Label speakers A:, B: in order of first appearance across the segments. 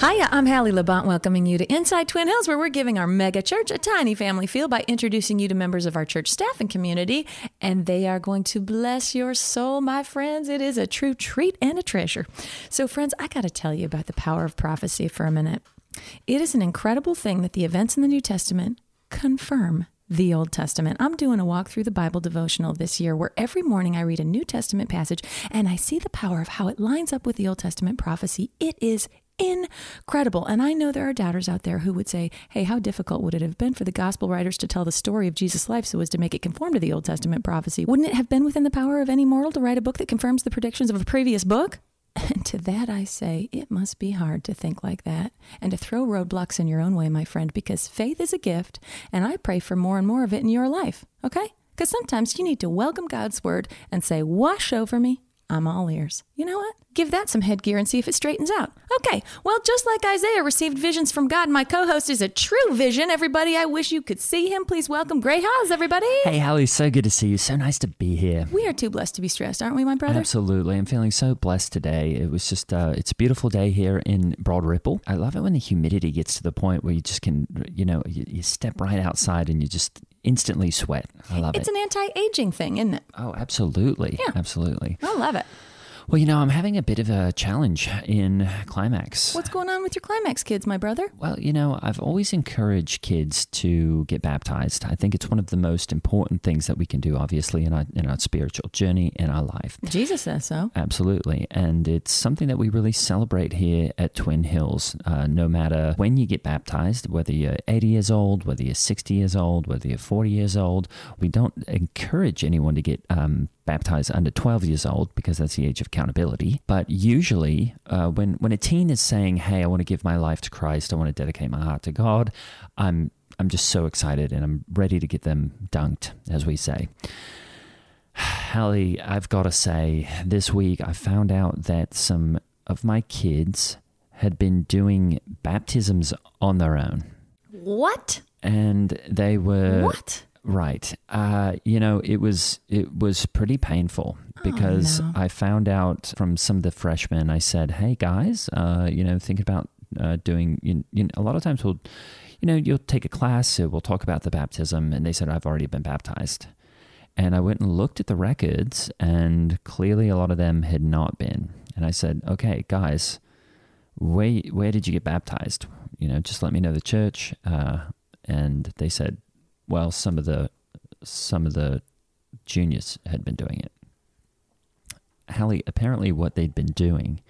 A: Hiya, I'm Hallie Labont, welcoming you to Inside Twin Hills, where we're giving our mega church a tiny family feel by introducing you to members of our church staff and community. And they are going to bless your soul, my friends. It is a true treat and a treasure. So, friends, I got to tell you about the power of prophecy for a minute. It is an incredible thing that the events in the New Testament confirm the Old Testament. I'm doing a walk through the Bible devotional this year where every morning I read a New Testament passage and I see the power of how it lines up with the Old Testament prophecy. It is incredible. And I know there are doubters out there who would say, hey, how difficult would it have been for the gospel writers to tell the story of Jesus' life so as to make it conform to the Old Testament prophecy? Wouldn't it have been within the power of any mortal to write a book that confirms the predictions of a previous book? And to that I say, it must be hard to think like that and to throw roadblocks in your own way, my friend, because faith is a gift, and I pray for more and more of it in your life, okay? Because sometimes you need to welcome God's word and say, Wash over me, I'm all ears. You know what? Give that some headgear and see if it straightens out. Okay, well, just like Isaiah received visions from God, my co host is a true vision. Everybody, I wish you could see him. Please welcome Gray Hawes, everybody.
B: Hey, Hallie, so good to see you. So nice to be here.
A: We are too blessed to be stressed, aren't we, my brother?
B: Absolutely. I'm feeling so blessed today. It was just, uh, it's a beautiful day here in Broad Ripple. I love it when the humidity gets to the point where you just can, you know, you, you step right outside and you just instantly sweat. I love
A: It's
B: it.
A: an anti aging thing, isn't it?
B: oh, absolutely.
A: Yeah.
B: Absolutely.
A: I love it.
B: Well, you know, I'm having a bit of a challenge in Climax.
A: What's going on with your climax kids, my brother?
B: Well, you know, I've always encouraged kids to get baptized. I think it's one of the most important things that we can do, obviously, in our, in our spiritual journey, in our life.
A: Jesus says so.
B: Absolutely. And it's something that we really celebrate here at Twin Hills. Uh, no matter when you get baptized, whether you're 80 years old, whether you're 60 years old, whether you're 40 years old, we don't encourage anyone to get um, baptized under 12 years old because that's the age of accountability. But usually, uh, when, when a teen is saying, Hey, I want to give my life to Christ, I want to dedicate my heart to God, I'm I'm just so excited and I'm ready to get them dunked, as we say. Hallie, I've got to say, this week I found out that some of my kids had been doing baptisms on their own.
A: What?
B: And they were.
A: what?
B: Right. Uh, you know, it was it was pretty painful because
A: no.
B: I found out from some of the freshmen. I said, "Hey guys, uh, you know, think about uh, doing." You, you know, a lot of times we'll, you know, you'll take a class. uh, We'll talk about the baptism, and they said, "I've already been baptized." And I went and looked at the records, and clearly a lot of them had not been. And I said, "Okay, guys, where where did you get baptized? You know, just let me know the church." Uh, and they said, "Well, some of the some of the juniors had been doing it." Hallie, apparently, what they'd been doing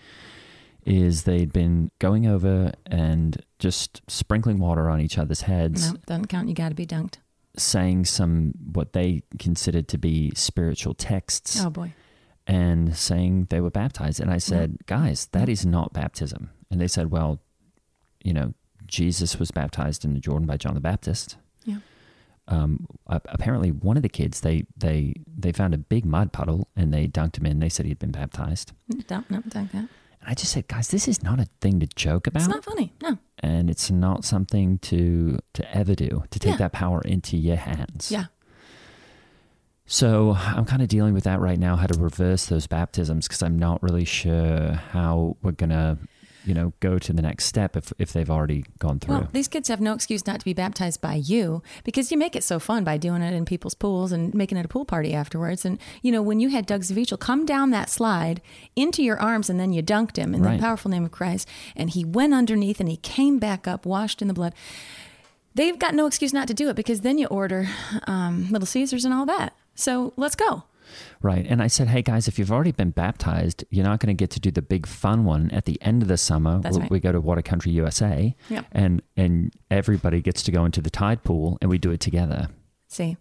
B: is they'd been going over and just sprinkling water on each other's heads,
A: No, doesn't count. You got to be dunked.
B: saying some what they considered to be spiritual texts
A: Oh, boy.
B: and saying they were baptized. And I said, guys, that is not baptism. And they said, well, you know, Jesus was baptized in the Jordan by John the Baptist.
A: Yeah.
B: Um, a- apparently, one of the kids they they they found a big mud puddle and they dunked him in. They said he had been baptized,
A: Don't, no, don't, do
B: and I just said, guys, this is not a thing to joke about,
A: It's not funny. No.
B: and it's not something to to ever do to take
A: Yeah.
B: that power into your hands.
A: Yeah.
B: So I'm kind of dealing with that right now, how to reverse those baptisms because I'm not really sure how we're gonna, you know, go to the next step if if they've already gone through.
A: Well, these kids have no excuse not to be baptized by you because you make it so fun by doing it in people's pools and making it a pool party afterwards. And, you know, when you had Doug Zavichel come down that slide into your arms and then you dunked him in
B: Right.
A: the powerful name of Christ and he went underneath and he came back up washed in the blood. They've got no excuse not to do it because then you order um, Little Caesars and all that. So let's go.
B: Right. And I said, hey guys, if you've already been baptized, you're not going to get to do the big fun one at the end of the summer.
A: That's
B: we,
A: right.
B: we go to Water Country USA,
A: Yeah.
B: and and everybody gets to go into the tide pool, and we do it together.
A: See?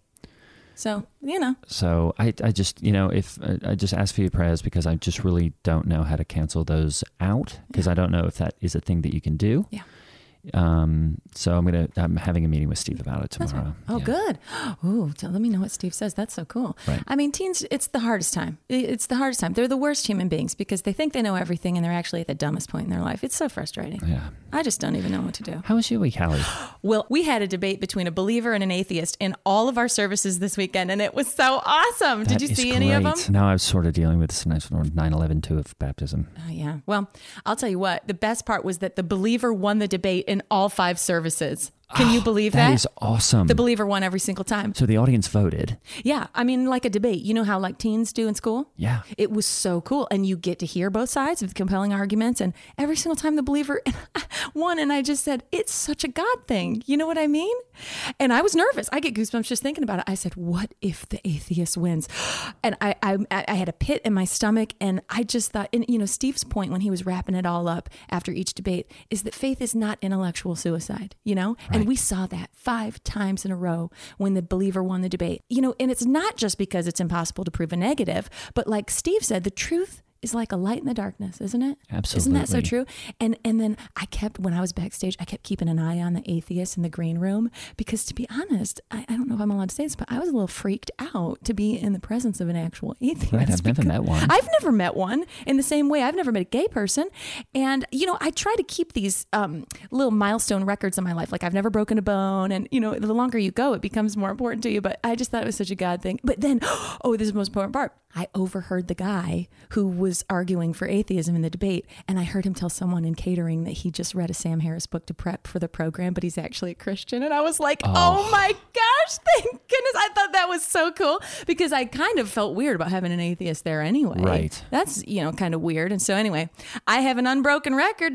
A: So, you know,
B: So I, I just, you know, if I- I just ask for your prayers because I just really don't know how to cancel those out because I don't know if that is a thing that you can do.
A: Yeah.
B: Um. So I'm gonna. I'm having a meeting with Steve about it tomorrow.
A: Oh,
B: Yeah.
A: good. Ooh, so let me know what Steve says. That's so cool.
B: Right.
A: I mean, teens, it's the hardest time. I- It's the hardest time. They're the worst human beings because they think they know everything and they're actually at the dumbest point in their life. It's so frustrating.
B: Yeah.
A: I just don't even know what to do.
B: How was your week, Hallie?
A: Well, we had a debate between a believer and an atheist in all of our services this weekend, and it was so awesome.
B: That
A: Did you
B: is
A: see any of them?
B: great. No, I was sort of dealing with this nice one, 9/11 too of baptism.
A: Oh, yeah. Well, I'll tell you what, the best part was that the believer won the debate in all five services. Can you believe that?
B: Ah, That is awesome.
A: the believer won every single time.
B: so the audience voted.
A: Yeah. I mean, like a debate. You know how like teens do in school?
B: Yeah.
A: It was so cool. And you get to hear both sides of the compelling arguments. And every single time the believer won, and I just said, it's such a God thing. You know what I mean? And I was nervous. I get goosebumps just thinking about it. I said, what if the atheist wins? And I, I, I had a pit in my stomach. And I just thought, and you know, Steve's point when he was wrapping it all up after each debate is that faith is not intellectual suicide, you know? And we saw that five times in a row when the believer won the debate, you know? And it's not just because it's impossible to prove a negative, but like Steve said, the truth is like a light in the darkness, isn't it? Isn't that so
B: Absolutely.
A: true? And and then I kept when I was backstage, I kept keeping an eye on the atheists in the green room because to be honest, I, I don't know if I'm allowed to say this, but I was a little freaked out to be in the presence of an actual atheist.
B: Right, I've never
A: because-
B: met one.
A: I've never met one in the same way. I've never met a gay person. And, you know, I try to keep these um, little milestone records in my life. Like, I've never broken a bone. And, you know, the longer you go, it becomes more important to you. But I just thought it was such a God thing. But then, oh, this is the most important part. I overheard the guy who was arguing for atheism in the debate. And I heard him tell someone in catering that he just read a Sam Harris book to prep for the program, but he's actually a Christian. And I was like, oh, my gosh, thank goodness. I thought that was so cool because I kind of felt weird about having an atheist there anyway way.
B: Right.
A: That's, you know, kind of weird. And so, anyway, I have an unbroken record.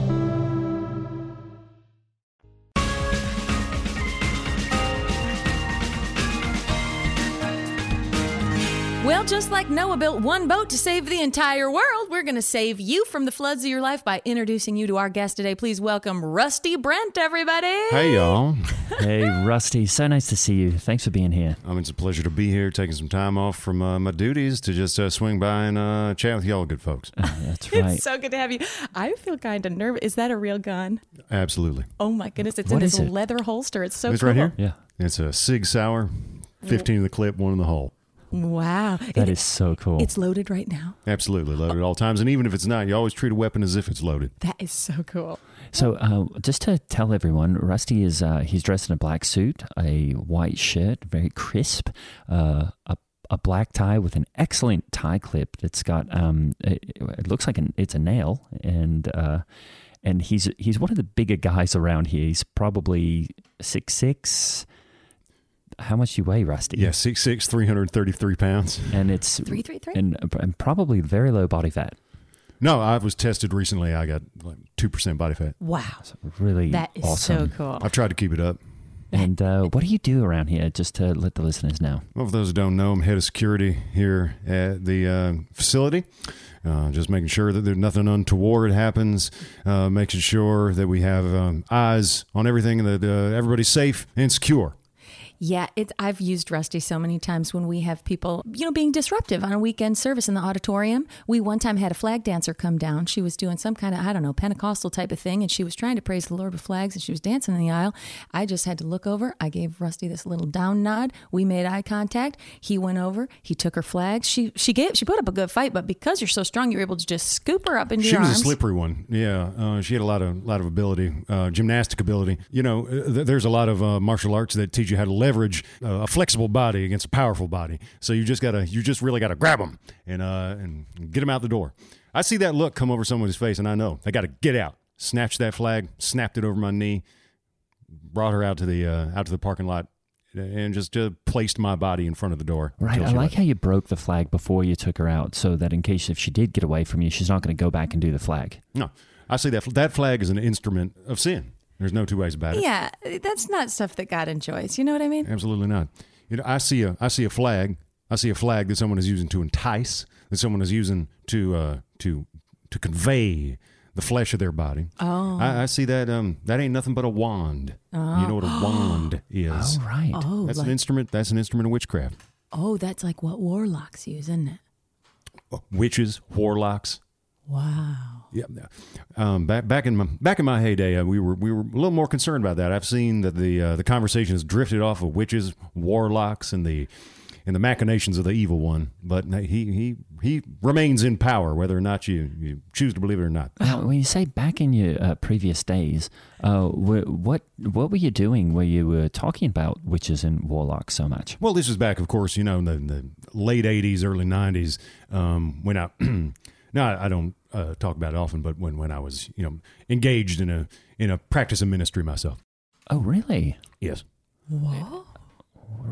A: Well, just like Noah built one boat to save the entire world, we're going to save you from the floods of your life by introducing you to our guest today. Please welcome Rusty Brent, everybody.
C: Hey y'all.
B: hey, Rusty, so nice to see you. Thanks for being here.
C: I mean, it's a pleasure to be here, taking some time off from uh, my duties to just uh, swing by and uh, chat with y'all, good folks.
B: That's right.
A: It's so good to have you. I feel kind of nervous. Is that a real gun?
C: Absolutely.
A: Oh my goodness, it's
B: What
A: in
B: is
A: this
B: it?
A: leather holster. It's so
C: it's
A: cool.
C: right here.
B: yeah,
C: It's a Sig Sauer, 15 in the clip, one in the hole.
A: Wow.
B: that
A: It-
B: is so cool.
A: It's loaded right now.
C: Absolutely loaded at all times. And even if it's not, you always treat a weapon as if it's loaded.
A: That is so cool.
B: So, uh, just to tell everyone, Rusty is uh, he's dressed in a black suit, a white shirt, very crisp, uh, a a black tie with an excellent tie clip that's got um, it, it looks like an, it's a nail, and uh, and he's he's one of the bigger guys around here. He's probably six six. How much you weigh, Rusty?
C: Yeah, 6'6, 333 pounds.
B: and it's
A: 333?
B: and, and probably very low body fat.
C: No, I was tested recently. I got like 2% body fat.
A: Wow.
B: Really
A: That is
B: awesome.
A: so cool.
C: I've tried to keep it up.
B: And uh, what do you do around here? Just to let the listeners know.
C: Well, for those who don't know, I'm head of security here at the uh, facility. Uh, just making sure that there's nothing untoward happens, uh, making sure that we have um, eyes on everything and that uh, everybody's safe and secure.
A: Yeah, it's I've used Rusty so many times when we have people, you know, being disruptive on a weekend service in the auditorium. We one time had a flag dancer come down. She was doing some kind of, I don't know, Pentecostal type of thing, and she was trying to praise the Lord with flags and she was dancing in the aisle. I just had to look over. I gave Rusty this little down nod. We made eye contact. He went over, he took her flags. She she gave she put up a good fight, but because you're so strong, you're able to just scoop her up into
C: She
A: your
C: was
A: arms.
C: a slippery one. Yeah, uh, she had a lot of lot of ability, uh, gymnastic ability. You know, uh, th- there's a lot of uh, martial arts that teach you how to leverage uh, a flexible body against a powerful body. So you just gotta, you just really gotta grab them and uh, and get them out the door. I see that look come over someone's face, and I know they gotta get out. Snatched that flag, snapped it over my knee, brought her out to the uh, out to the parking lot, and just uh, placed my body in front of the door.
B: Right.
C: until
B: I
C: she
B: like
C: left.
B: how you broke the flag before you took her out, so that in case if she did get away from you, she's not going to go back and do the flag.
C: No, I see that that flag is an instrument of sin. There's no two ways about it.
A: yeah, that's not stuff that God enjoys. You know what I mean?
C: Absolutely not. You know, I see a I see a flag. I see a flag that someone is using to entice, that someone is using to uh, to to convey the flesh of their body. Oh, I, I see that. Um, that ain't nothing but a wand. You know what a wand is?
B: All right.
A: Ah. Oh,
C: That's
A: like,
C: an instrument. That's an instrument of witchcraft.
A: oh, that's like what warlocks use, isn't it?
C: Witches, warlocks.
A: Wow.
C: Yeah. Um, back back in my back in my heyday, uh, we were we were a little more concerned about that. I've seen that the uh, the conversation has drifted off of witches, warlocks, and the and the machinations of the evil one. But no, he he he remains in power, whether or not you, you choose to believe it or not.
B: Now, when you say back in your uh, previous days, uh, wh- what what were you doing where you were talking about witches and warlocks so much?
C: Well, this was back, of course, you know, in the, the late '80s, early '90s, um, when I now I, I don't uh, talk about it often, but when when I was you know engaged in a in a practice of ministry myself.
B: Oh, really?
C: Yes.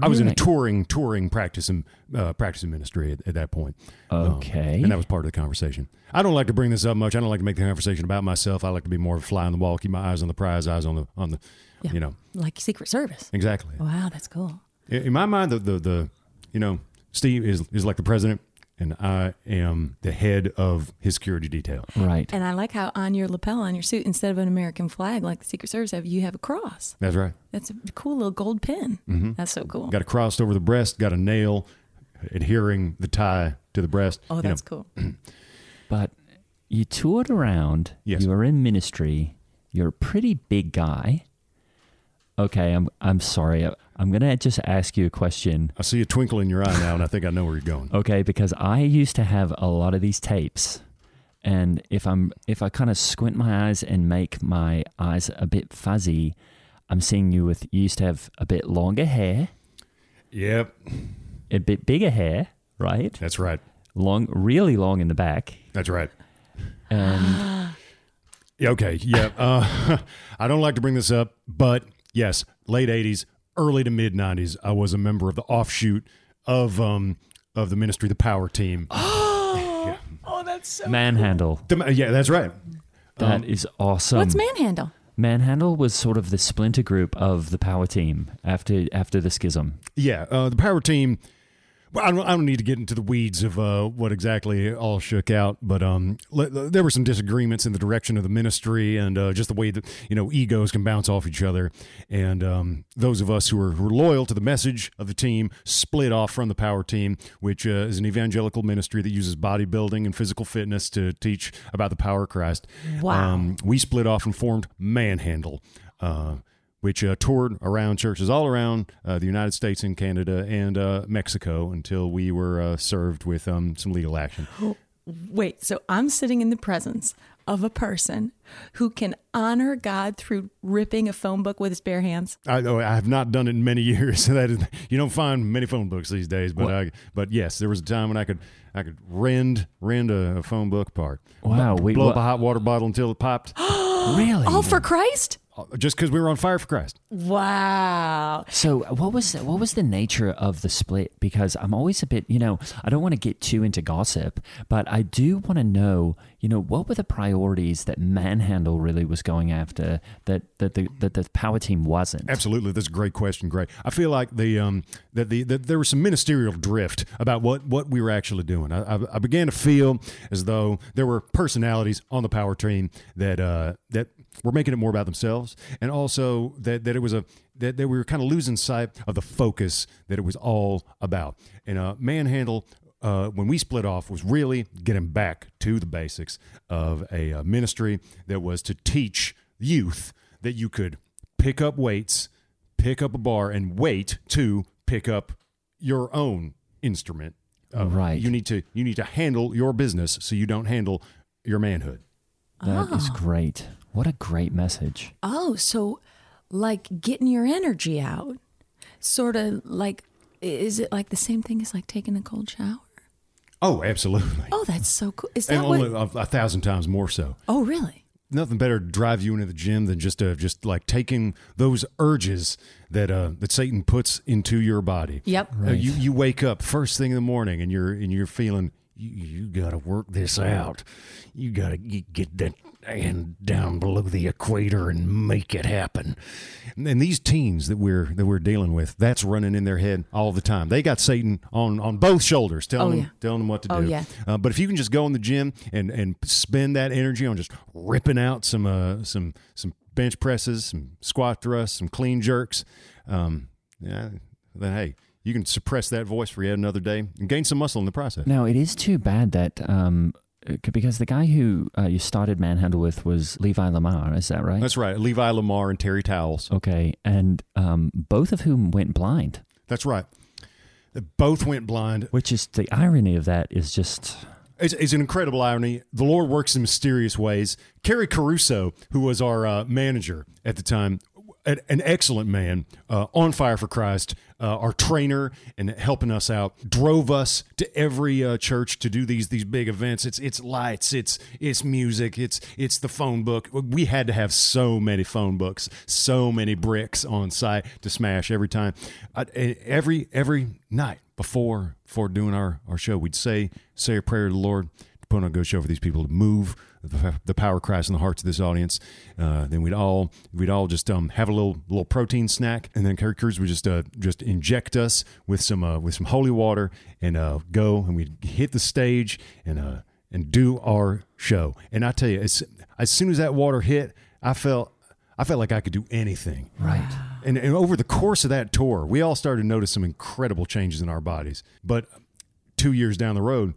C: I was in a
B: Really?
C: touring touring practice and uh, practice and ministry at, at that point. Um,
B: Okay.
C: and that was part of the conversation. I don't like to bring this up much. I don't like to make the conversation about myself. I like to be more of a fly on the wall, keep my eyes on the prize, eyes on the on the,
A: Yeah.
C: you know,
A: Like Secret Service.
C: exactly.
A: Wow, that's cool.
C: In in my mind, the, the the you know Steve is is like the president, and I am the head of his security detail.
B: right.
A: And I like how on your lapel on your suit, instead of an American flag like the Secret Service have, you have a cross.
C: That's right.
A: That's a cool little gold pin. That's so cool.
C: Mm-hmm. Got a cross over the breast. Got a nail adhering the tie to the breast.
A: Oh,
C: you know.
A: that's cool.
B: But you toured around.
C: Yes.
B: You were in ministry. You're a pretty big guy. Okay, I'm I'm sorry. I'm gonna just ask you a question.
C: I see a twinkle in your eye now, and I think I know where you're
A: Oh.
C: going.
B: Okay, because I used to have a lot of these tapes, and if I'm if I kind of squint my eyes and make my eyes a bit fuzzy, I'm seeing you with you used to have a bit longer hair,
C: Yep,
B: a bit bigger hair, right?
C: that's right.
B: Long, really long in the back.
C: That's right.
B: And
C: Yeah, Okay. Yeah. Uh, I don't like to bring this up, but yes, late '80s, early to mid '90s, I was a member of the offshoot of um of the Ministry of the Power team.
B: manhandle.
C: The- yeah, that's right.
B: That is
C: um,
B: awesome.
A: What's manhandle?
B: Manhandle was sort of the splinter group of the power team after after the schism.
C: Yeah, uh, the Power team. Well, I don't, I don't need to get into the weeds of uh, what exactly it all shook out, but um, le- there were some disagreements in the direction of the ministry and uh, just the way that you know egos can bounce off each other. And um, those of us who were, who were loyal to the message of the team split off from the Power Team, which uh, is an evangelical ministry that uses bodybuilding and physical fitness to teach about the power of Christ. Um,
A: Wow.
C: we split off and formed Manhandle. Uh, which uh, toured around churches all around uh, the United States and Canada and uh, Mexico until we were uh, served with um, some legal action.
A: Wait, so I'm sitting in the presence of a person who can honor God through ripping a phone book with his bare hands.
C: I, oh, I have not done it in many years. that is, you don't find many phone books these days, but I, but yes, there was a time when I could I could rend rend a, a phone book apart.
B: Wow,
C: B-
B: we-
C: blow up
B: wha-
C: a hot water bottle until it popped, Uh,
B: really?
A: All for Christ?
C: just because we were on fire for Christ.
A: Wow.
B: So what was what was the nature of the split? Because I'm always a bit, you know, I don't want to get too into gossip, but I do want to know you know, what were the priorities that Manhandle really was going after that that the that the power team wasn't?
C: Absolutely, that's a great question. Great. I feel like the um, that the that there was some ministerial drift about what what we were actually doing. I, I, I began to feel as though there were personalities on the power team that uh, that were making it more about themselves, and also that that it was a that, that we were kind of losing sight of the focus that it was all about. And uh, manhandle uh, when we split off was really getting back to the basics of a uh, ministry that was to teach youth that you could pick up weights, pick up a bar, and wait to pick up your own instrument. Uh,
B: Right.
C: You need to you need to handle your business so you don't handle your manhood.
B: That is great. What a great message.
A: Oh, so like getting your energy out, sort of like, i- is it like the same thing as like taking a cold shower?
C: Oh, absolutely.
A: Oh, that's so cool. Is
C: and
A: that what?
C: only a, a thousand times more so.
A: Oh, really?
C: nothing better to drive you into the gym than just uh, just like taking those urges that uh, that Satan puts into your body.
A: Yep.
C: Uh, you you wake up first thing in the morning and you're and you're feeling you, you got to work this out. You got to get that hand down below the equator and make it happen. And, and these teens that we're that we're dealing with, that's running in their head all the time. They got Satan on on both shoulders, telling
A: Oh,
C: them
A: yeah.
C: telling them what to
A: Oh,
C: do.
A: yeah.
C: Uh, but if you can just go in the gym and and spend that energy on just ripping out some uh, some some bench presses, some squat thrusts, some clean jerks, um, yeah, then hey, you can suppress that voice for yet another day and gain some muscle in the process.
B: Now it is too bad that um, c- because the guy who uh, you started Manhandle with was Levi Lamar. Is that right?
C: That's right, Levi Lamar and Terry Towles.
B: okay, and um, both of whom went blind.
C: That's right. They both went blind.
B: Which is the irony of that is just
C: It's, it's an incredible irony. The Lord works in mysterious ways. Kerry Caruso, who was our uh, manager at the time, an, an excellent man, uh, on fire for Christ, uh, our trainer and helping us out, drove us to every uh, church to do these these big events. It's it's lights, it's it's music, it's it's the phone book. We had to have so many phone books, so many bricks on site to smash every time, I, e, every every night before before doing our, our show, we'd say say a prayer to the Lord, put on a good show for these people to move the, the power of Christ in the hearts of this audience. Uh, then we'd all we'd all just um, have a little little protein snack, and then Kerry Cruz would just uh, just inject us with some uh, with some holy water and uh, go and we'd hit the stage and uh, and do our show. And I tell you, as as soon as that water hit, I felt I felt like I could do anything.
B: right.
C: And, and over the course of that tour, we all started to notice some incredible changes in our bodies. But two years down the road,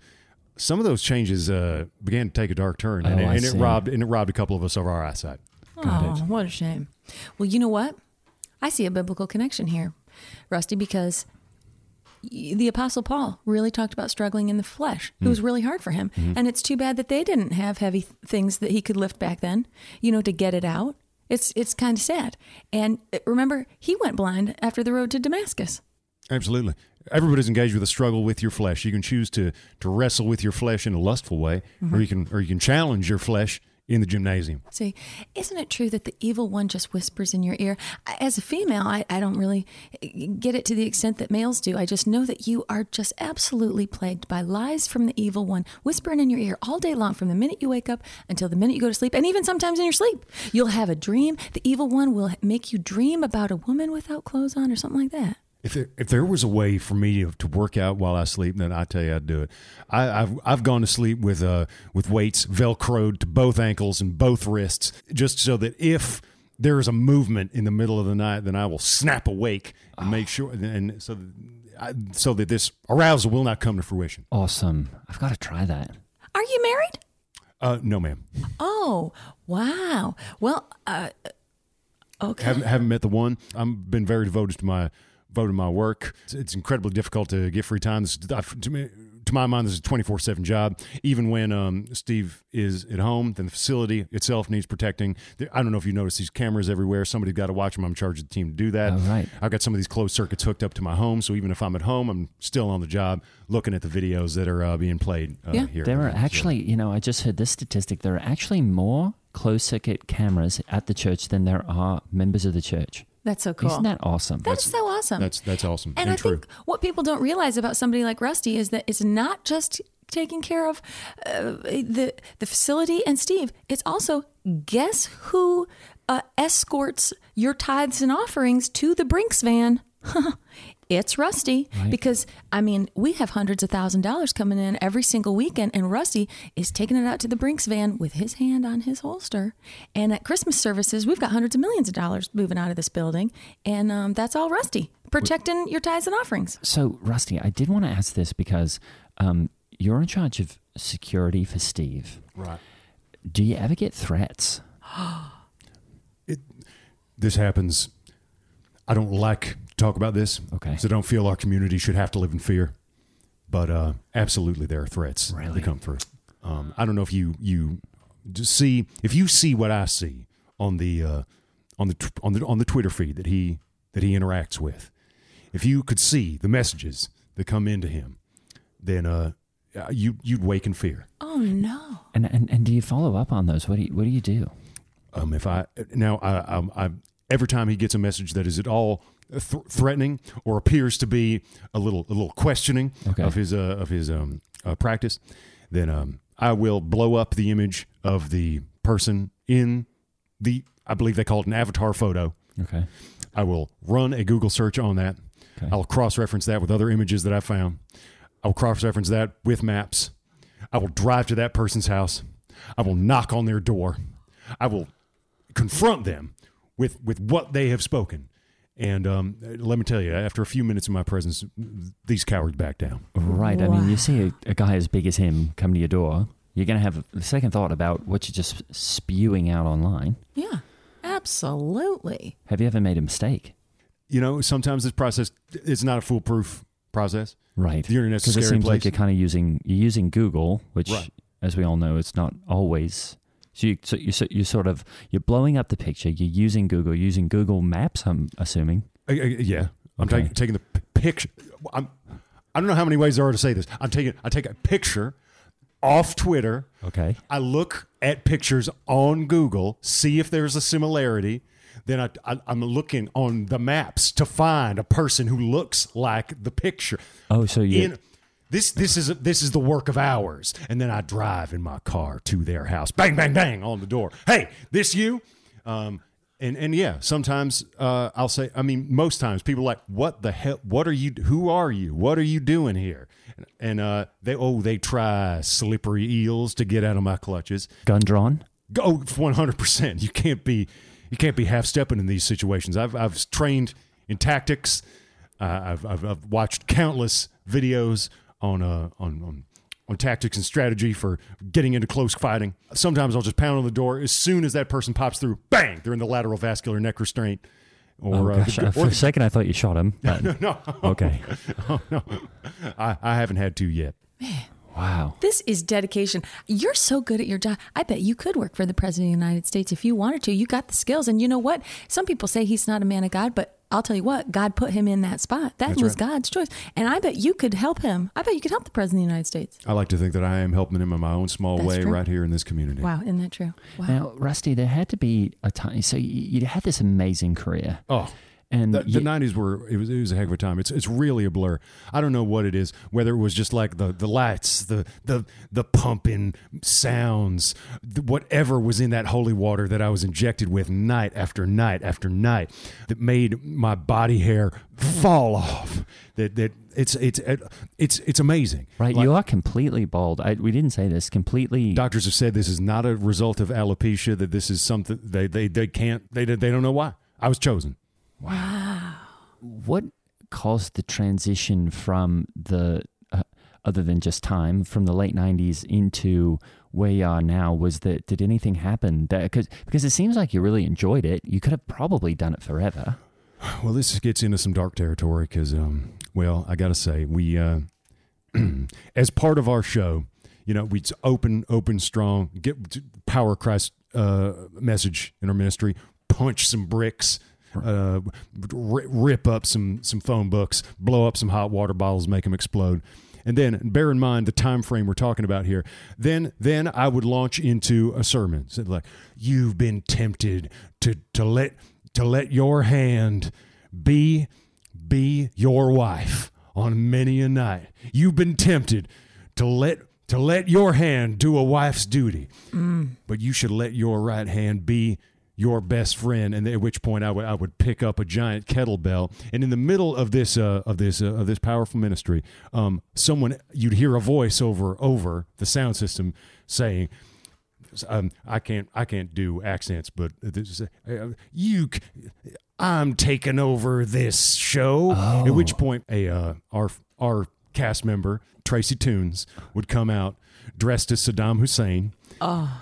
C: some of those changes uh, began to take a dark turn, and,
B: Oh,
C: it,
B: I
C: and it
B: see.
C: robbed and it robbed a couple of us of our eyesight.
A: Oh, what a shame. Well, you know what? I see a biblical connection here, Rusty, because y- the Apostle Paul really talked about struggling in the flesh. It was really hard for him. And it's too bad that they didn't have heavy th- things that he could lift back then, you know, to get it out. It's, it's kind of sad. And uh, remember, he went blind after the road to Damascus.
C: Absolutely, everybody's engaged with a struggle with your flesh. You can choose to to wrestle with your flesh in a lustful way, or
B: Mm-hmm.
C: you can or you can challenge your flesh in the gymnasium.
A: See, isn't it true that the evil one just whispers in your ear? I- As a female, I, I don't really eh, get it to the extent that males do. I just know that you are just absolutely plagued by lies from the evil one whispering in your ear all day long from the minute you wake up until the minute you go to sleep. And even sometimes in your sleep, you'll have a dream. The evil one will make you dream about a woman without clothes on or something like that.
C: If there, if there was a way for me to, to work out while I sleep, then I tell you I'd do it. I, I've I've gone to sleep with uh with weights velcroed to both ankles and both wrists, just so that if there is a movement in the middle of the night, then I will snap awake and make sure, and so that I, so that this arousal will not come to fruition.
B: Awesome. I've got to try that.
A: Are you married?
C: Uh, no, ma'am,
A: Oh, wow. Well, uh, okay.
C: haven't haven't met the one. I've been very devoted to my devoted to my work. It's, it's incredibly difficult to get free time. This, I, to me. To my mind, this is a twenty four seven job. Even when um, Steve is at home, then the facility itself needs protecting. There- I don't know if you notice these cameras everywhere. Somebody's got to watch them. I'm in charge of the team to do that.
B: Oh, right.
C: I've got some of these closed circuits hooked up to my home, so even if I'm at home, I'm still on the job looking at the videos that are uh, being played uh,
A: Yeah.
C: here.
B: There are
C: So-
B: actually, you know, I just heard this statistic. There are actually more closed circuit cameras at the church than there are members of the church.
A: That's so cool.
B: Isn't that awesome?
A: That's so awesome.
C: that's that's awesome
A: And, I
C: true.
A: think what people don't realize about somebody like Rusty is that it's not just taking care of uh, the the facility and Steve. It's also guess who uh, escorts your tithes and offerings to the Brinks van. it's Rusty because I mean we have hundreds of thousand dollars coming in every single weekend, and Rusty is taking it out to the Brinks van with his hand on his holster. And at Christmas services, we've got hundreds of millions of dollars moving out of this building, and um, that's all Rusty protecting your tithes and offerings.
B: So, Rusty, I did want to ask this because um, you're in charge of security for Steve.
C: Right.
B: Do you ever get threats?
C: It, this happens. I don't like to talk about this.
B: Okay.
C: So I don't feel our community should have to live in fear. But uh, absolutely, there are threats
B: Really?
C: that come through. Um, I don't know if you you just see if you see what I see on the uh, on the tw- on the on the Twitter feed that he that he interacts with. If you could see the messages that come into him, then uh, you you'd wake in fear.
A: Oh no.
B: And, and and do you follow up on those? What do you What do you do?
C: Um, if I now, I, I, I every time he gets a message that is at all th- threatening or appears to be a little a little questioning
B: Okay.
C: of his uh, of his um, uh, practice, then um, I will blow up the image of the person in the I believe they call it an avatar photo.
B: Okay.
C: I will run a Google search on that.
B: Okay.
C: I'll cross reference that with other images that I found. I'll cross reference that with maps. I will drive to that person's house. I will knock on their door. I will confront them with, with what they have spoken. And um, let me tell you, after a few minutes in my presence, these cowards back down.
B: Right. I mean, you see a, a guy as big as him come to your door, you're going to have a second thought about what you're just spewing out online.
A: Yeah, absolutely.
B: Have you ever made a mistake?
C: You know, sometimes this process it's not a foolproof process.
B: Right.
C: The internet's a
B: Because it
C: scary
B: seems like
C: place.
B: you're kind of using you're using Google, which,
C: Right.
B: as we all know, it's not always. So you so you so you sort of you're blowing up the picture. You're using Google, using Google Maps. I'm assuming.
C: I, I, yeah, I'm
B: Okay.
C: taking taking the p- picture. I'm I don't know how many ways there are to say this. I'm taking I take a picture off Twitter.
B: Okay.
C: I look at pictures on Google, see if there's a similarity. Then I, I I'm looking on the maps to find a person who looks like the picture.
B: Oh, so you.
C: In this this is this is the work of hours, and then I drive in my car to their house. Bang bang bang on the door. Hey, this you? Um, and and yeah, sometimes uh, I'll say. I mean, most times people are like, what the hell? What are you? Who are you? What are you doing here? And uh, they oh they try slippery eels to get out of my clutches.
B: Gun drawn.
C: Go oh, one hundred percent. You can't be you can't be half stepping in these situations. I've I've trained in tactics. Uh, I've, I've I've watched countless videos on uh on. on on tactics and strategy for getting into close fighting. Sometimes I'll just pound on the door. As soon as that person pops through, bang! They're in the lateral vascular neck restraint, or
B: oh
C: uh,
B: gosh!
C: the-
B: uh,
C: or
B: for a second, I thought you shot him. but-
C: no,
B: Okay.
C: oh, no. I, I haven't had to yet.
B: Wow.
A: This is dedication. You're so good at your job. I bet you could work for the President of the United States if you wanted to. You got the skills. And you know what? Some people say he's not a man of God, but I'll tell you what, God put him in that spot. That was God's choice. And I bet you could help him. I bet you could help the President of the United States.
C: I like to think that I am helping him in my own small
A: That's
C: way
A: true.
C: right here in this community.
A: Wow, isn't that true? Wow.
B: Now, Rusty, there had to be a time. So you, you had this amazing career.
C: Oh,
B: And
C: The,
B: you-
C: the 90s were it was it was a heck of a time. It's it's really a blur. I don't know what it is. Whether it was just like the the lights, the the the pumping sounds, the, whatever was in that holy water that I was injected with night after night after night, that made my body hair fall off. That that it's it's it's it's amazing.
B: Right, you are completely bald. I, we didn't say this. Completely.
C: Doctors have said this is not a result of alopecia. That this is something they they they can't they they don't know why. I was chosen.
B: what caused the transition from the uh, other than just time from the late 90s into where you are now was that did anything happen that cause, because it seems like you really enjoyed it you could have probably done it forever
C: Well, this gets into some dark territory because, um, well, I gotta say, we uh, as part of our show, you know, we it's open, open, strong, get t- power of Christ uh, message in our ministry, punch some bricks, uh, ri rip up some some phone books, blow up some hot water bottles, make them explode. And then bear in mind the time frame we're talking about here. Then then I would launch into a sermon. Said like, you've been tempted to to let to let your hand be be your wife on many a night. You've been tempted to let to let your hand do a wife's duty, but you should let your right hand be your best friend. And at which point, I would I would pick up a giant kettlebell, and in the middle of this uh, of this uh, of this powerful ministry, um, someone you'd hear a voice over over the sound system saying um, I can't I can't do accents, but this is, uh, you. c- I'm taking over this show. At which point, a uh, our our cast member Tracy Toons would come out dressed as Saddam Hussein,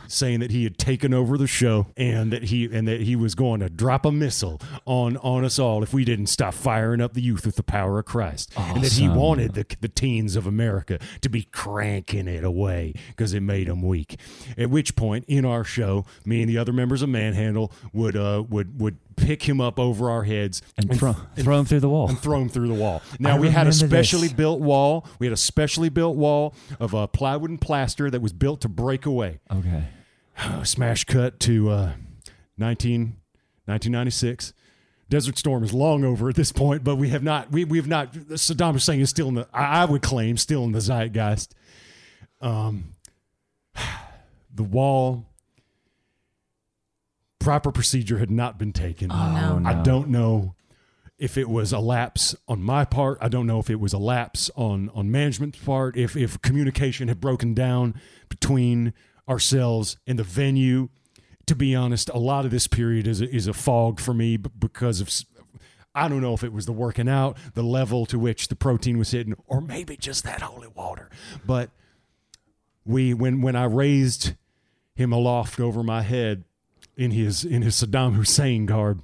C: saying that he had taken over the show and that he and that he was going to drop a missile on on us all if we didn't stop firing up the youth with the power of Christ, and that he
B: Awesome.
C: wanted the, the teens of America to be cranking it away because it made them weak. At which point in our show, me and the other members of Manhandle would uh, would would pick him up over our heads
B: and throw, throw him through the wall.
C: and throw him through the wall. Now
B: I
C: we had a
B: remember
C: specially
B: this.
C: built wall. We had a specially built wall of uh, plywood and plaster that was built to break away.
B: Okay.
C: Uh, smash cut to uh, 19, 1996. Desert Storm is long over at this point, but we have not. We we have not. Saddam Hussein is still in the. I, I would claim still in the zeitgeist. Um, the wall. Proper procedure had not been taken.
A: no.
C: I don't know if it was a lapse on my part. I don't know if it was a lapse on on management's part. If if communication had broken down between ourselves and the venue. To be honest, a lot of this period is a, is a fog for me b- because of. s- I don't know if it was the working out, the level to which the protein was hitting, or maybe just that holy water. But we, when when I raised him aloft over my head in his in his Saddam Hussein garb,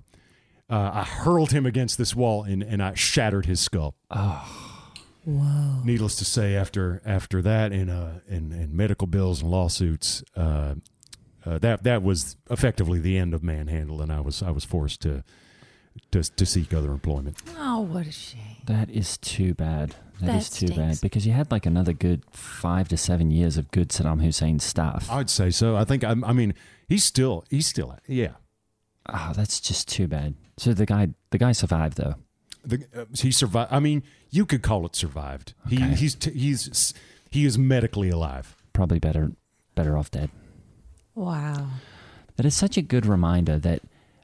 C: uh, I hurled him against this wall and, and I shattered his skull.
A: Whoa.
C: Needless to say, after after that and uh and, and medical bills and lawsuits, uh, uh, that that was effectively the end of manhandle, and I was I was forced to to, to seek other employment.
A: Oh, what a shame.
B: That is too bad.
A: That
B: that is too
A: stinks.
B: bad because you had like another good five to seven years of good Saddam Hussein stuff.
C: I'd say so. I think I, I mean he's still he's still yeah.
B: Oh, that's just too bad. So the guy, the guy survived though.
C: The, uh, he survived. I mean, you could call it survived. He
B: Okay.
C: he's t- he's he is medically alive.
B: Probably better, better off dead.
A: Wow.
B: That is such a good reminder that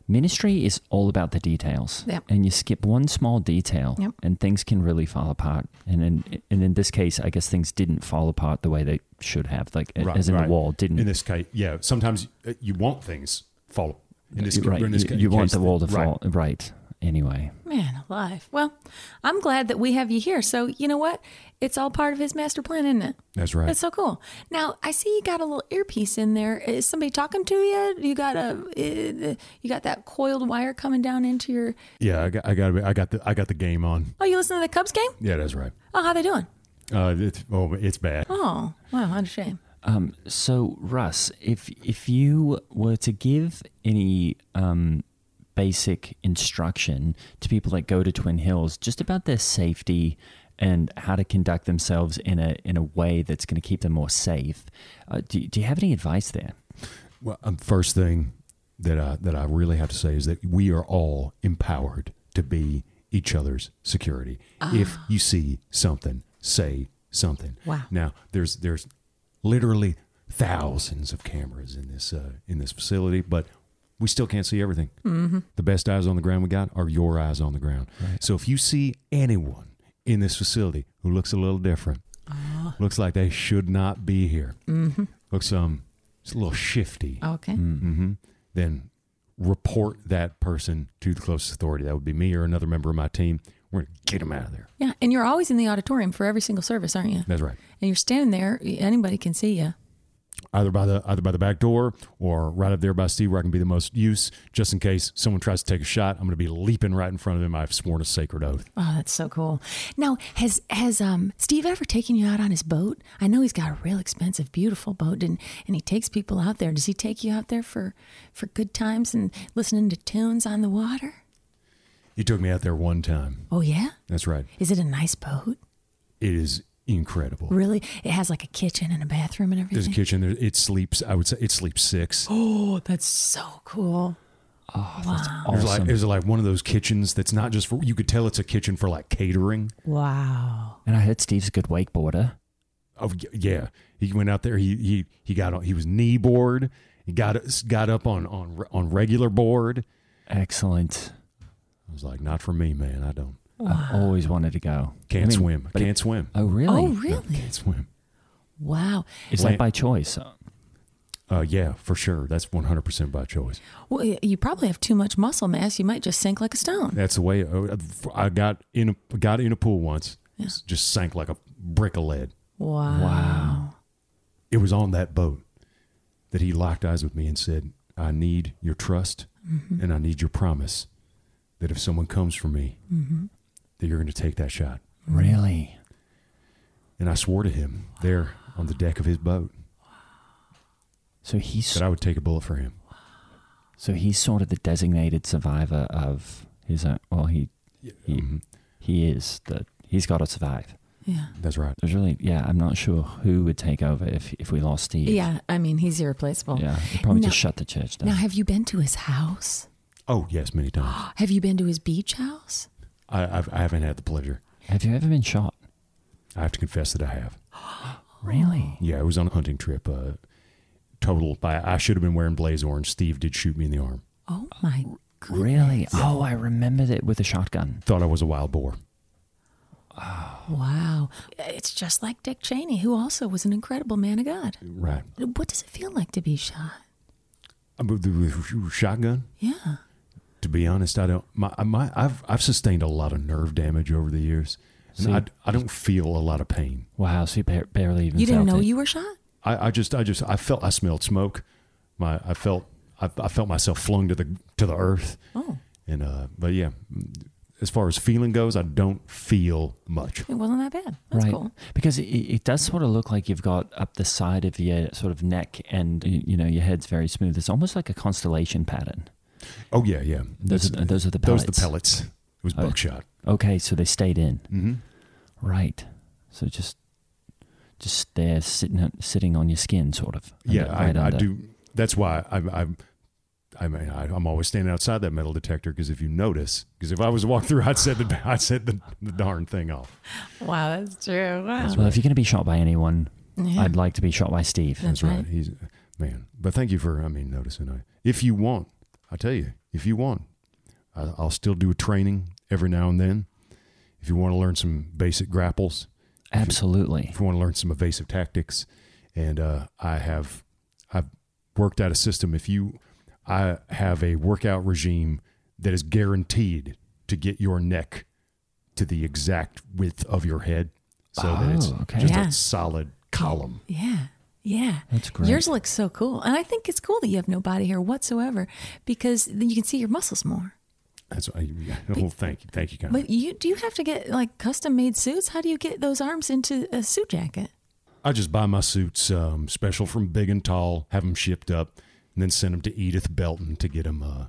B: ministry is all about the details.
A: Yep.
B: And you skip one small detail
A: Yep.
B: and things can really fall apart. And in, and in this case, I guess things didn't fall apart the way they should have, like
C: Right,
B: as in
C: right.
B: the wall didn't.
C: In this case, yeah. Sometimes uh, you want things fall. In this,
B: right.
C: in this
B: you,
C: ca-
B: you want
C: case,
B: the wall to
C: right.
B: fall. Right. Anyway.
A: Man alive. Well, I'm glad that we have you here. So, you know what? It's all part of his master plan, isn't it?
C: That's right.
A: That's so cool. Now, I see you got a little earpiece in there. Is somebody talking to you? You got a uh, you got that coiled wire coming down into your
C: yeah, I got, I got, I got the, I got the game on.
A: Oh, you listening to the Cubs game?
C: Yeah, that's right.
A: Oh, how they doing?
C: Uh, it's, oh, it's bad.
A: Oh, wow, what a shame.
B: Um, so Russ, if if you were to give any um, basic instruction to people that go to Twin Hills, just about their safety and how to conduct themselves in a in a way that's going to keep them more safe, uh, do, do you have any advice there?
C: Well, um, first thing that I, that I really have to say is that we are all empowered to be each other's security. If you see something, say something.
A: Wow.
C: Now there's there's literally thousands of cameras in this uh, in this facility, but we still can't see everything. Mm-hmm. The best eyes on the ground we got are your eyes on the ground. So if you see anyone in this facility who looks a little different, looks like they should not be here, looks um, it's a little shifty
A: Okay.
C: hmm then report that person to the closest authority. That would be me or another member of my team. We're going to get them out of there.
A: Yeah, and you're always in the auditorium for every single service, aren't you?
C: That's right.
A: And you're standing there, anybody can see you.
C: Either by the either by the back door or right up there by Steve where I can be the most use, just in case someone tries to take a shot. I'm going to be leaping right in front of him. I've sworn a sacred oath.
A: Oh, that's so cool. Now, has has um Steve ever taken you out on his boat? I know he's got a real expensive, beautiful boat, and and he takes people out there. Does he take you out there for for good times and listening to tunes on the water?
C: He took me out there one time.
A: Oh yeah,
C: That's right.
A: is it a nice boat?
C: It is incredible.
A: Really, it has like a kitchen and a bathroom and
C: There's a
A: everything.
C: kitchen. There, it sleeps. I would say it sleeps six.
A: Oh, that's so cool.
B: Oh,
C: There's like there's like one of those kitchens that's not just for. You could tell it's a kitchen for like catering.
A: Wow.
B: And I heard Steve's a good wakeboarder.
C: Oh y- yeah, he went out there. He he he got on. He was knee board. He got got up on on re- on regular board.
B: Excellent.
C: I was like, not for me, man. I don't
B: I've always wanted to go.
C: can't
B: I mean,
C: swim. I
B: but it-
C: can't swim.
B: Oh, really?
A: Oh,
C: No,
A: really?
C: can't swim.
A: Wow.
B: Is
C: Wait.
B: that by choice?
C: Uh, yeah, for sure. That's one hundred percent by choice.
A: Well, y- you probably have too much muscle mass. You might just sink like a stone.
C: That's the way uh, I got in. A, got in a pool once.
A: Yeah.
C: Just sank like a brick of lead.
A: Wow. Wow.
C: It was on that boat that he locked eyes with me and said, "I need your trust, and I need your promise that if someone comes for me, that you're going to take that shot."
B: Really?
C: And I swore to him there on the deck of his boat
B: So he's
C: that I would take a bullet for him.
B: so he's sort of the designated survivor of his own. Well, he he he is the he's got to survive.
A: Yeah.
C: That's right.
B: There's really yeah. I'm not sure who would take over if if we lost Steve.
A: Yeah. I mean, he's irreplaceable.
B: Yeah, they'd probably
A: Now-
B: just shut the church down.
A: Now, have you been to his house?
C: Oh yes, many times.
A: Have you been to his beach house?
C: I, I've, I haven't had the pleasure.
B: Have you ever been shot?
C: I have to confess that I have.
B: Really?
C: Yeah, it was on a hunting trip. Uh, total. By, I should have been wearing blaze orange. Steve did shoot me in the arm.
A: Oh my goodness.
B: Really? Oh, I remembered it with a shotgun.
C: Thought I was a wild boar.
A: Wow. It's just like Dick Cheney, who also was an incredible man of God.
C: Right.
A: What does it feel like to be shot?
C: Uh, but the- Shotgun.
A: Yeah.
C: To be honest, I don't. My, my, I've I've sustained a lot of nerve damage over the years, and
B: See?
C: I, I don't feel a lot of pain.
B: Wow, so you bar- barely even
A: You didn't
B: felt
A: know
B: it.
A: you were shot?
C: I, I just I just I felt I smelled smoke. My I felt I, I felt myself flung to the to the earth.
A: Oh.
C: And uh, but yeah, as far as feeling goes, I don't feel much.
A: It wasn't that bad. That's
B: right.
A: cool.
B: Because it, it does sort of look like you've got up the side of your sort of neck and, y- you know, your head's very smooth. It's almost like a constellation pattern.
C: Oh yeah, yeah.
B: Those,
C: That's-
B: are, those are the pellets.
C: Those are the pellets. It was
B: Oh, yeah.
C: buckshot.
B: Okay, so they stayed in.
C: Mm-hmm.
B: Right. So just just there sitting on- sitting on your skin, sort of.
C: Yeah,
B: Under-
C: I,
B: right
C: I
B: under.
C: do. That's why I, I, I mean, I, I'm always standing outside that metal detector because if you notice, because if I was to walk through, I'd set the I'd set the, the darn thing off.
A: Wow, that's true. Wow.
B: Well, if you're going to be shot by anyone,
A: Yeah.
B: I'd like to be shot by Steve.
A: That's right.
C: He's man. But thank you for I mean noticing. I, if you want, I tell you, if you want, I, I'll still do a training every now and then. If you want to learn some basic grapples,
B: Absolutely.
C: if you want to learn some evasive tactics, and uh, I have I've worked out a system. If you, I have a workout regime that is guaranteed to get your neck to the exact width of your head, so that it's
B: Oh, okay.
C: just
A: Yeah.
C: a solid column.
A: Yeah. Yeah.
B: That's great.
A: Yours looks so cool. And I think it's cool that you have no body hair whatsoever because then you can see your muscles more.
C: That's I, oh, thank you, thank you, Connor.
A: But you do you have to get like custom made suits? How do you get those arms into a suit jacket?
C: I just buy my suits um, special from Big and Tall, have them shipped up, and then send them to Edith Belton to get them uh,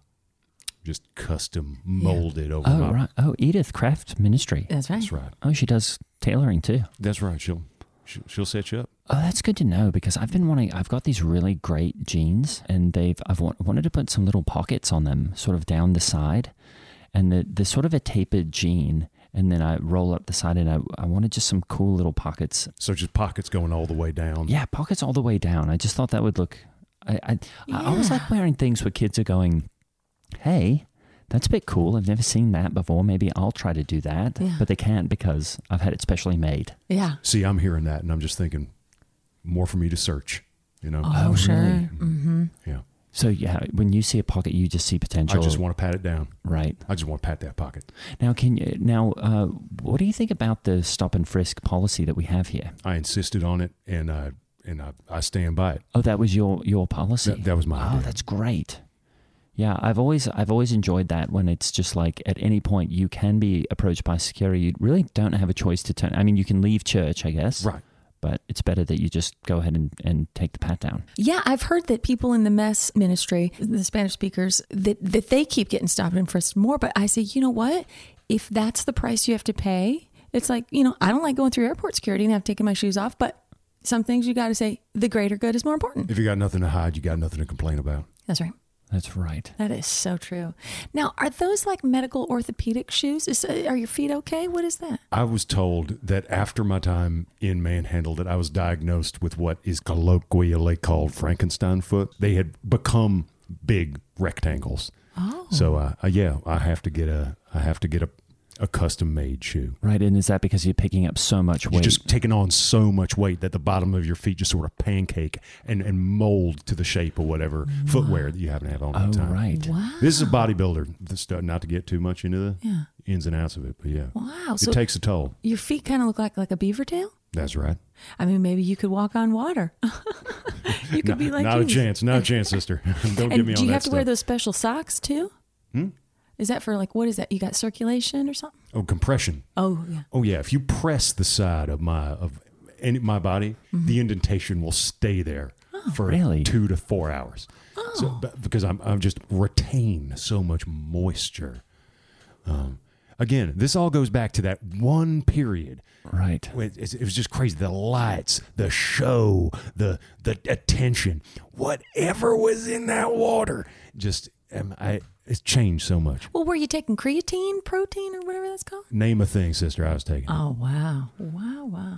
C: just custom molded over
B: Oh,
C: my.
B: right. Oh, Edith Craft Ministry.
A: That's right.
C: That's right.
B: Oh, she does tailoring too.
C: That's right. She'll she'll, she'll set you up.
B: Oh, that's good to know because I've been wanting. I've got these really great jeans, and they've I've wa- wanted to put some little pockets on them, sort of down the side, and the, they're sort of a tapered jean, and then I roll up the side, and I I wanted just some cool little pockets.
C: So just pockets going all the way down.
B: Yeah, pockets all the way down. I just thought that would look. I I, I always
A: Yeah.
B: like wearing things where kids are going, hey. That's a bit cool. I've never seen that before. Maybe I'll try to do that,
A: Yeah.
B: but they can't because I've had it specially made.
A: Yeah.
C: See, I'm hearing that, and I'm just thinking more for me to search. You know.
A: Oh, sure.
B: really?
A: Mm-hmm.
C: Yeah.
B: So yeah, when you see a pocket, you just see potential.
C: I just want to pat it down.
B: right.
C: I just want to pat that pocket.
B: Now, can you, now, uh, what do you think about the stop and frisk policy that we have here?
C: I insisted on it, and I and I, I stand by it.
B: Oh, that was your your policy.
C: That, that was my
B: oh,
C: idea.
B: that's great. Yeah, I've always I've always enjoyed that when it's just like at any point you can be approached by security. You really don't have a choice to turn. I mean, you can leave church, I guess,
C: right.
B: But it's better that you just go ahead and, and take the pat down.
A: Yeah, I've heard that people in the mess ministry, the Spanish speakers, that, that they keep getting stopped and frisked more. But I say, you know what? If that's the price you have to pay, it's like, you know, I don't like going through airport security and have taken my shoes off, but some things you got to say, the greater good is more important.
C: If you got nothing to hide, you got nothing to complain about.
A: That's right.
B: That's right.
A: That is so true. Now, are those like medical orthopedic shoes? Is, are your feet okay? What is that?
C: I was told that after my time in Manhandle, that I was diagnosed with what is colloquially called Frankenstein foot. They had become big rectangles. Oh. So uh, uh, yeah, I have to get a I have to get a a custom made shoe.
B: Right. And is that because you're picking up so much weight?
C: You're just taking on so much weight that the bottom of your feet just sort of pancake and, and mold to the shape of whatever
A: Mm.
C: footwear that you happen to have on at
B: oh,
C: the time.
B: right.
C: This is
A: Ah.
C: a bodybuilder. This stuff, not to get too much into the ins and outs of it, but yeah.
A: Wow.
C: It
A: So
C: takes a toll.
A: your feet kind of look like like a beaver tail.
C: That's right.
A: I mean, maybe you could walk on water. you could be like
C: not a
A: Jesus.
C: chance. Not a chance, sister. Don't
A: And
C: get me on
A: do you
C: that
A: have to wear
C: stuff. Hmm?
A: those special socks too? Is that for like what is that? You got circulation or something?
C: Oh, compression.
A: Oh yeah.
C: Oh yeah, if you press the side of my of any, my body,
A: Mm-hmm.
C: the indentation will stay there
A: Oh,
C: for
B: really?
C: two to four hours. So, but- because I'm I'm just retain so much moisture. Um, again, this all goes back to that one period.
B: Right.
C: when It, it was just crazy. The lights, the show, the the attention, whatever was in that water, just um, I it's changed so much.
A: Well, were you taking creatine, protein, or whatever that's called?
C: Name a thing, sister. I was taking.
A: Oh wow, wow, wow.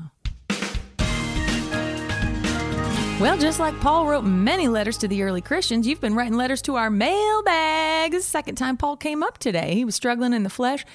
A: Well, just like Paul wrote many letters to the early Christians, you've been writing letters to our mailbag. This is the second time Paul came up today. He was struggling in the flesh.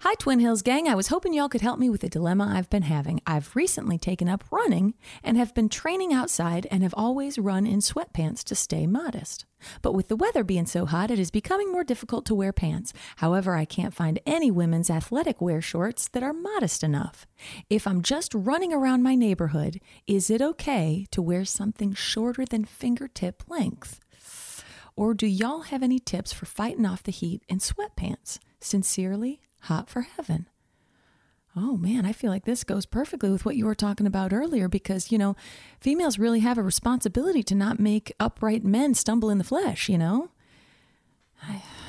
A: Hi, Twin Hills gang. I was hoping y'all could help me with a dilemma I've been having. I've recently taken up running and have been training outside and have always run in sweatpants to stay modest. But with the weather being so hot, it is becoming more difficult to wear pants. However, I can't find any women's athletic wear shorts that are modest enough. If I'm just running around my neighborhood, is it okay to wear something shorter than fingertip length? Or do y'all have any tips for fighting off the heat in sweatpants? Sincerely, Hot for Heaven. Oh man, I feel like this goes perfectly with what you were talking about earlier because, you know, females really have a responsibility to not make upright men stumble in the flesh, you know?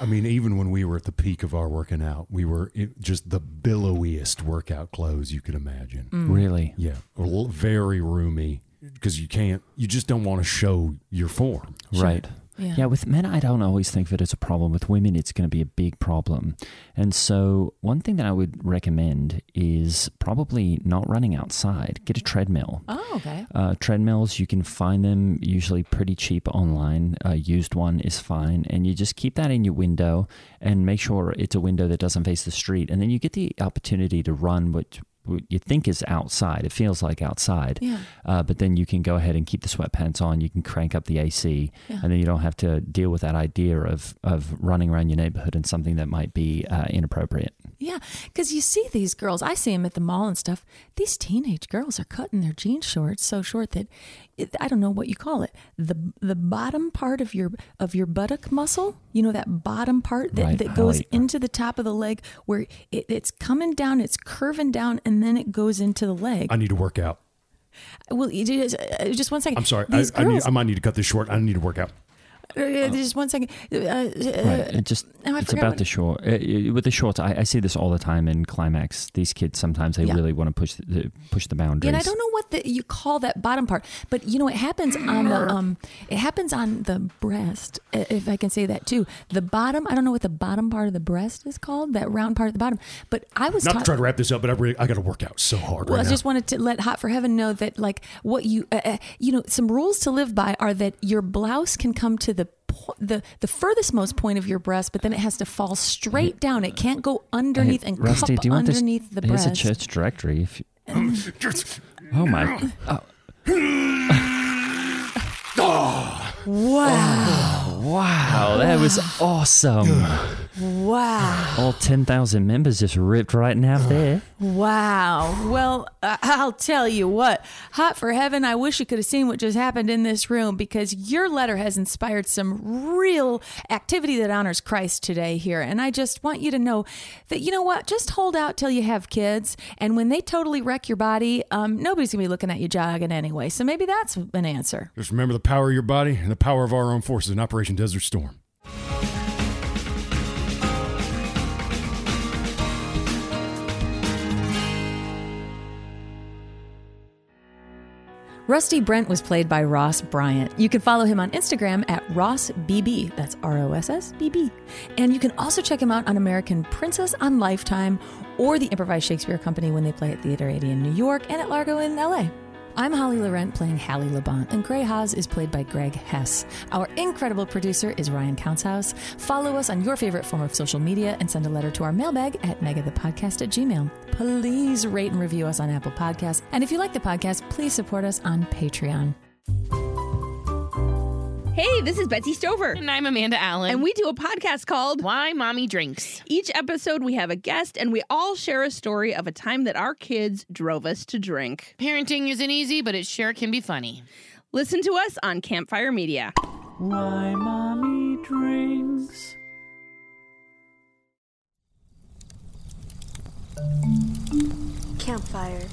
C: I mean, even when we were at the peak of our working out, we were it, just the billowiest workout clothes you could imagine.
A: Mm.
B: Hmm. Really?
C: Yeah, l- very roomy because you can't, you just don't want to show your form.
B: Right.
A: Yeah.
B: with men, I don't always think that it's a problem. With women, it's going to be a big problem. And so, one thing that I would recommend is probably not running outside. Get a treadmill.
A: Oh, okay.
B: Uh, treadmills, you can find them usually pretty cheap online. A used one is fine. And you just keep that in your window and make sure it's a window that doesn't face the street. And then you get the opportunity to run what what you think is outside. It feels like outside.
A: Yeah.
B: Uh, but then you can go ahead and keep the sweatpants on. You can crank up the AC. And then you don't have to deal with that idea of, of running around your neighborhood in something that might be uh, inappropriate.
A: Yeah, because you see these girls, I see them at the mall and stuff. These teenage girls are cutting their jean shorts so short that it, I don't know what you call it. the The bottom part of your of your buttock muscle, you know that bottom part that,
B: Right,
A: that goes
B: right.
A: into the top of the leg, where it, it's coming down, it's curving down, and then it goes into the leg.
C: I need to work out.
A: well, you just, uh, just one second.
C: I'm sorry. I,
A: These
C: I, need,
A: girls,
C: I might need to cut this short. I need to work out.
A: uh, just one second. Uh, uh,
B: Right. It just
A: now I
B: it's
A: forgot
B: about
A: what-
B: the short. uh, uh, with the shorts, I, I see this all the time in climax. These kids sometimes they
A: Yeah.
B: really want to push the, push the boundaries.
A: And I don't know what the, you call that bottom part, but you know it happens on the um, it happens on the breast, i- if I can say that too. The bottom, I don't know what the bottom part of the breast is called, that round part at the bottom. But I was
C: Not
A: taught-
C: to try to wrap this up, but I really, I got to work out so hard
A: well,
C: right
A: I just
C: now.
A: wanted to let Hot for Heaven know that, like, what you, uh, uh, you know, some rules to live by are that your blouse can come to the po- the the furthest most point of your breast, but then it has to fall straight down. It can't go
B: Hey,
A: underneath and
B: Rusty,
A: cup
B: do you want
A: underneath
B: this?
A: the
B: Here's
A: breast.
B: a church directory. If you, oh my, oh,
A: Wow!
B: wow, that was awesome!
A: Wow!
B: all ten thousand members just ripped right in half there.
A: Wow. Well, I- I'll tell you what. Hot for heaven, I wish you could have seen what just happened in this room because your letter has inspired some real activity that honors Christ today here. And I just want you to know that, you know what? Just hold out till you have kids. And when they totally wreck your body, um, nobody's going to be looking at you jogging anyway. So maybe that's an answer.
C: Just remember the power of your body and the power of our armed forces in Operation Desert Storm.
A: Rusty Brent was played by Ross Bryant. You can follow him on Instagram at RossBB. That's R O S S B B. And you can also check him out on American Princess on Lifetime or the Improvised Shakespeare Company when they play at Theater 80 in New York and at Largo in LA. I'm Holly Laurent playing Hallie Labont, and Gray Haas is played by Greg Hess. Our incredible producer is Ryan Countshouse. Follow us on your favorite form of social media and send a letter to our mailbag at megathepodcast at gmail. Please rate and review us on Apple Podcasts. And if you like the podcast, please support us on Patreon.
D: Hey, this is Betsy Stover.
E: And I'm Amanda Allen.
D: And we do a podcast called
E: Why Mommy Drinks.
D: Each episode, we have a guest and we all share a story of a time that our kids drove us to drink.
E: Parenting isn't easy, but it sure can be funny.
D: Listen to us on Campfire Media.
F: Why mommy drinks.
G: Campfire.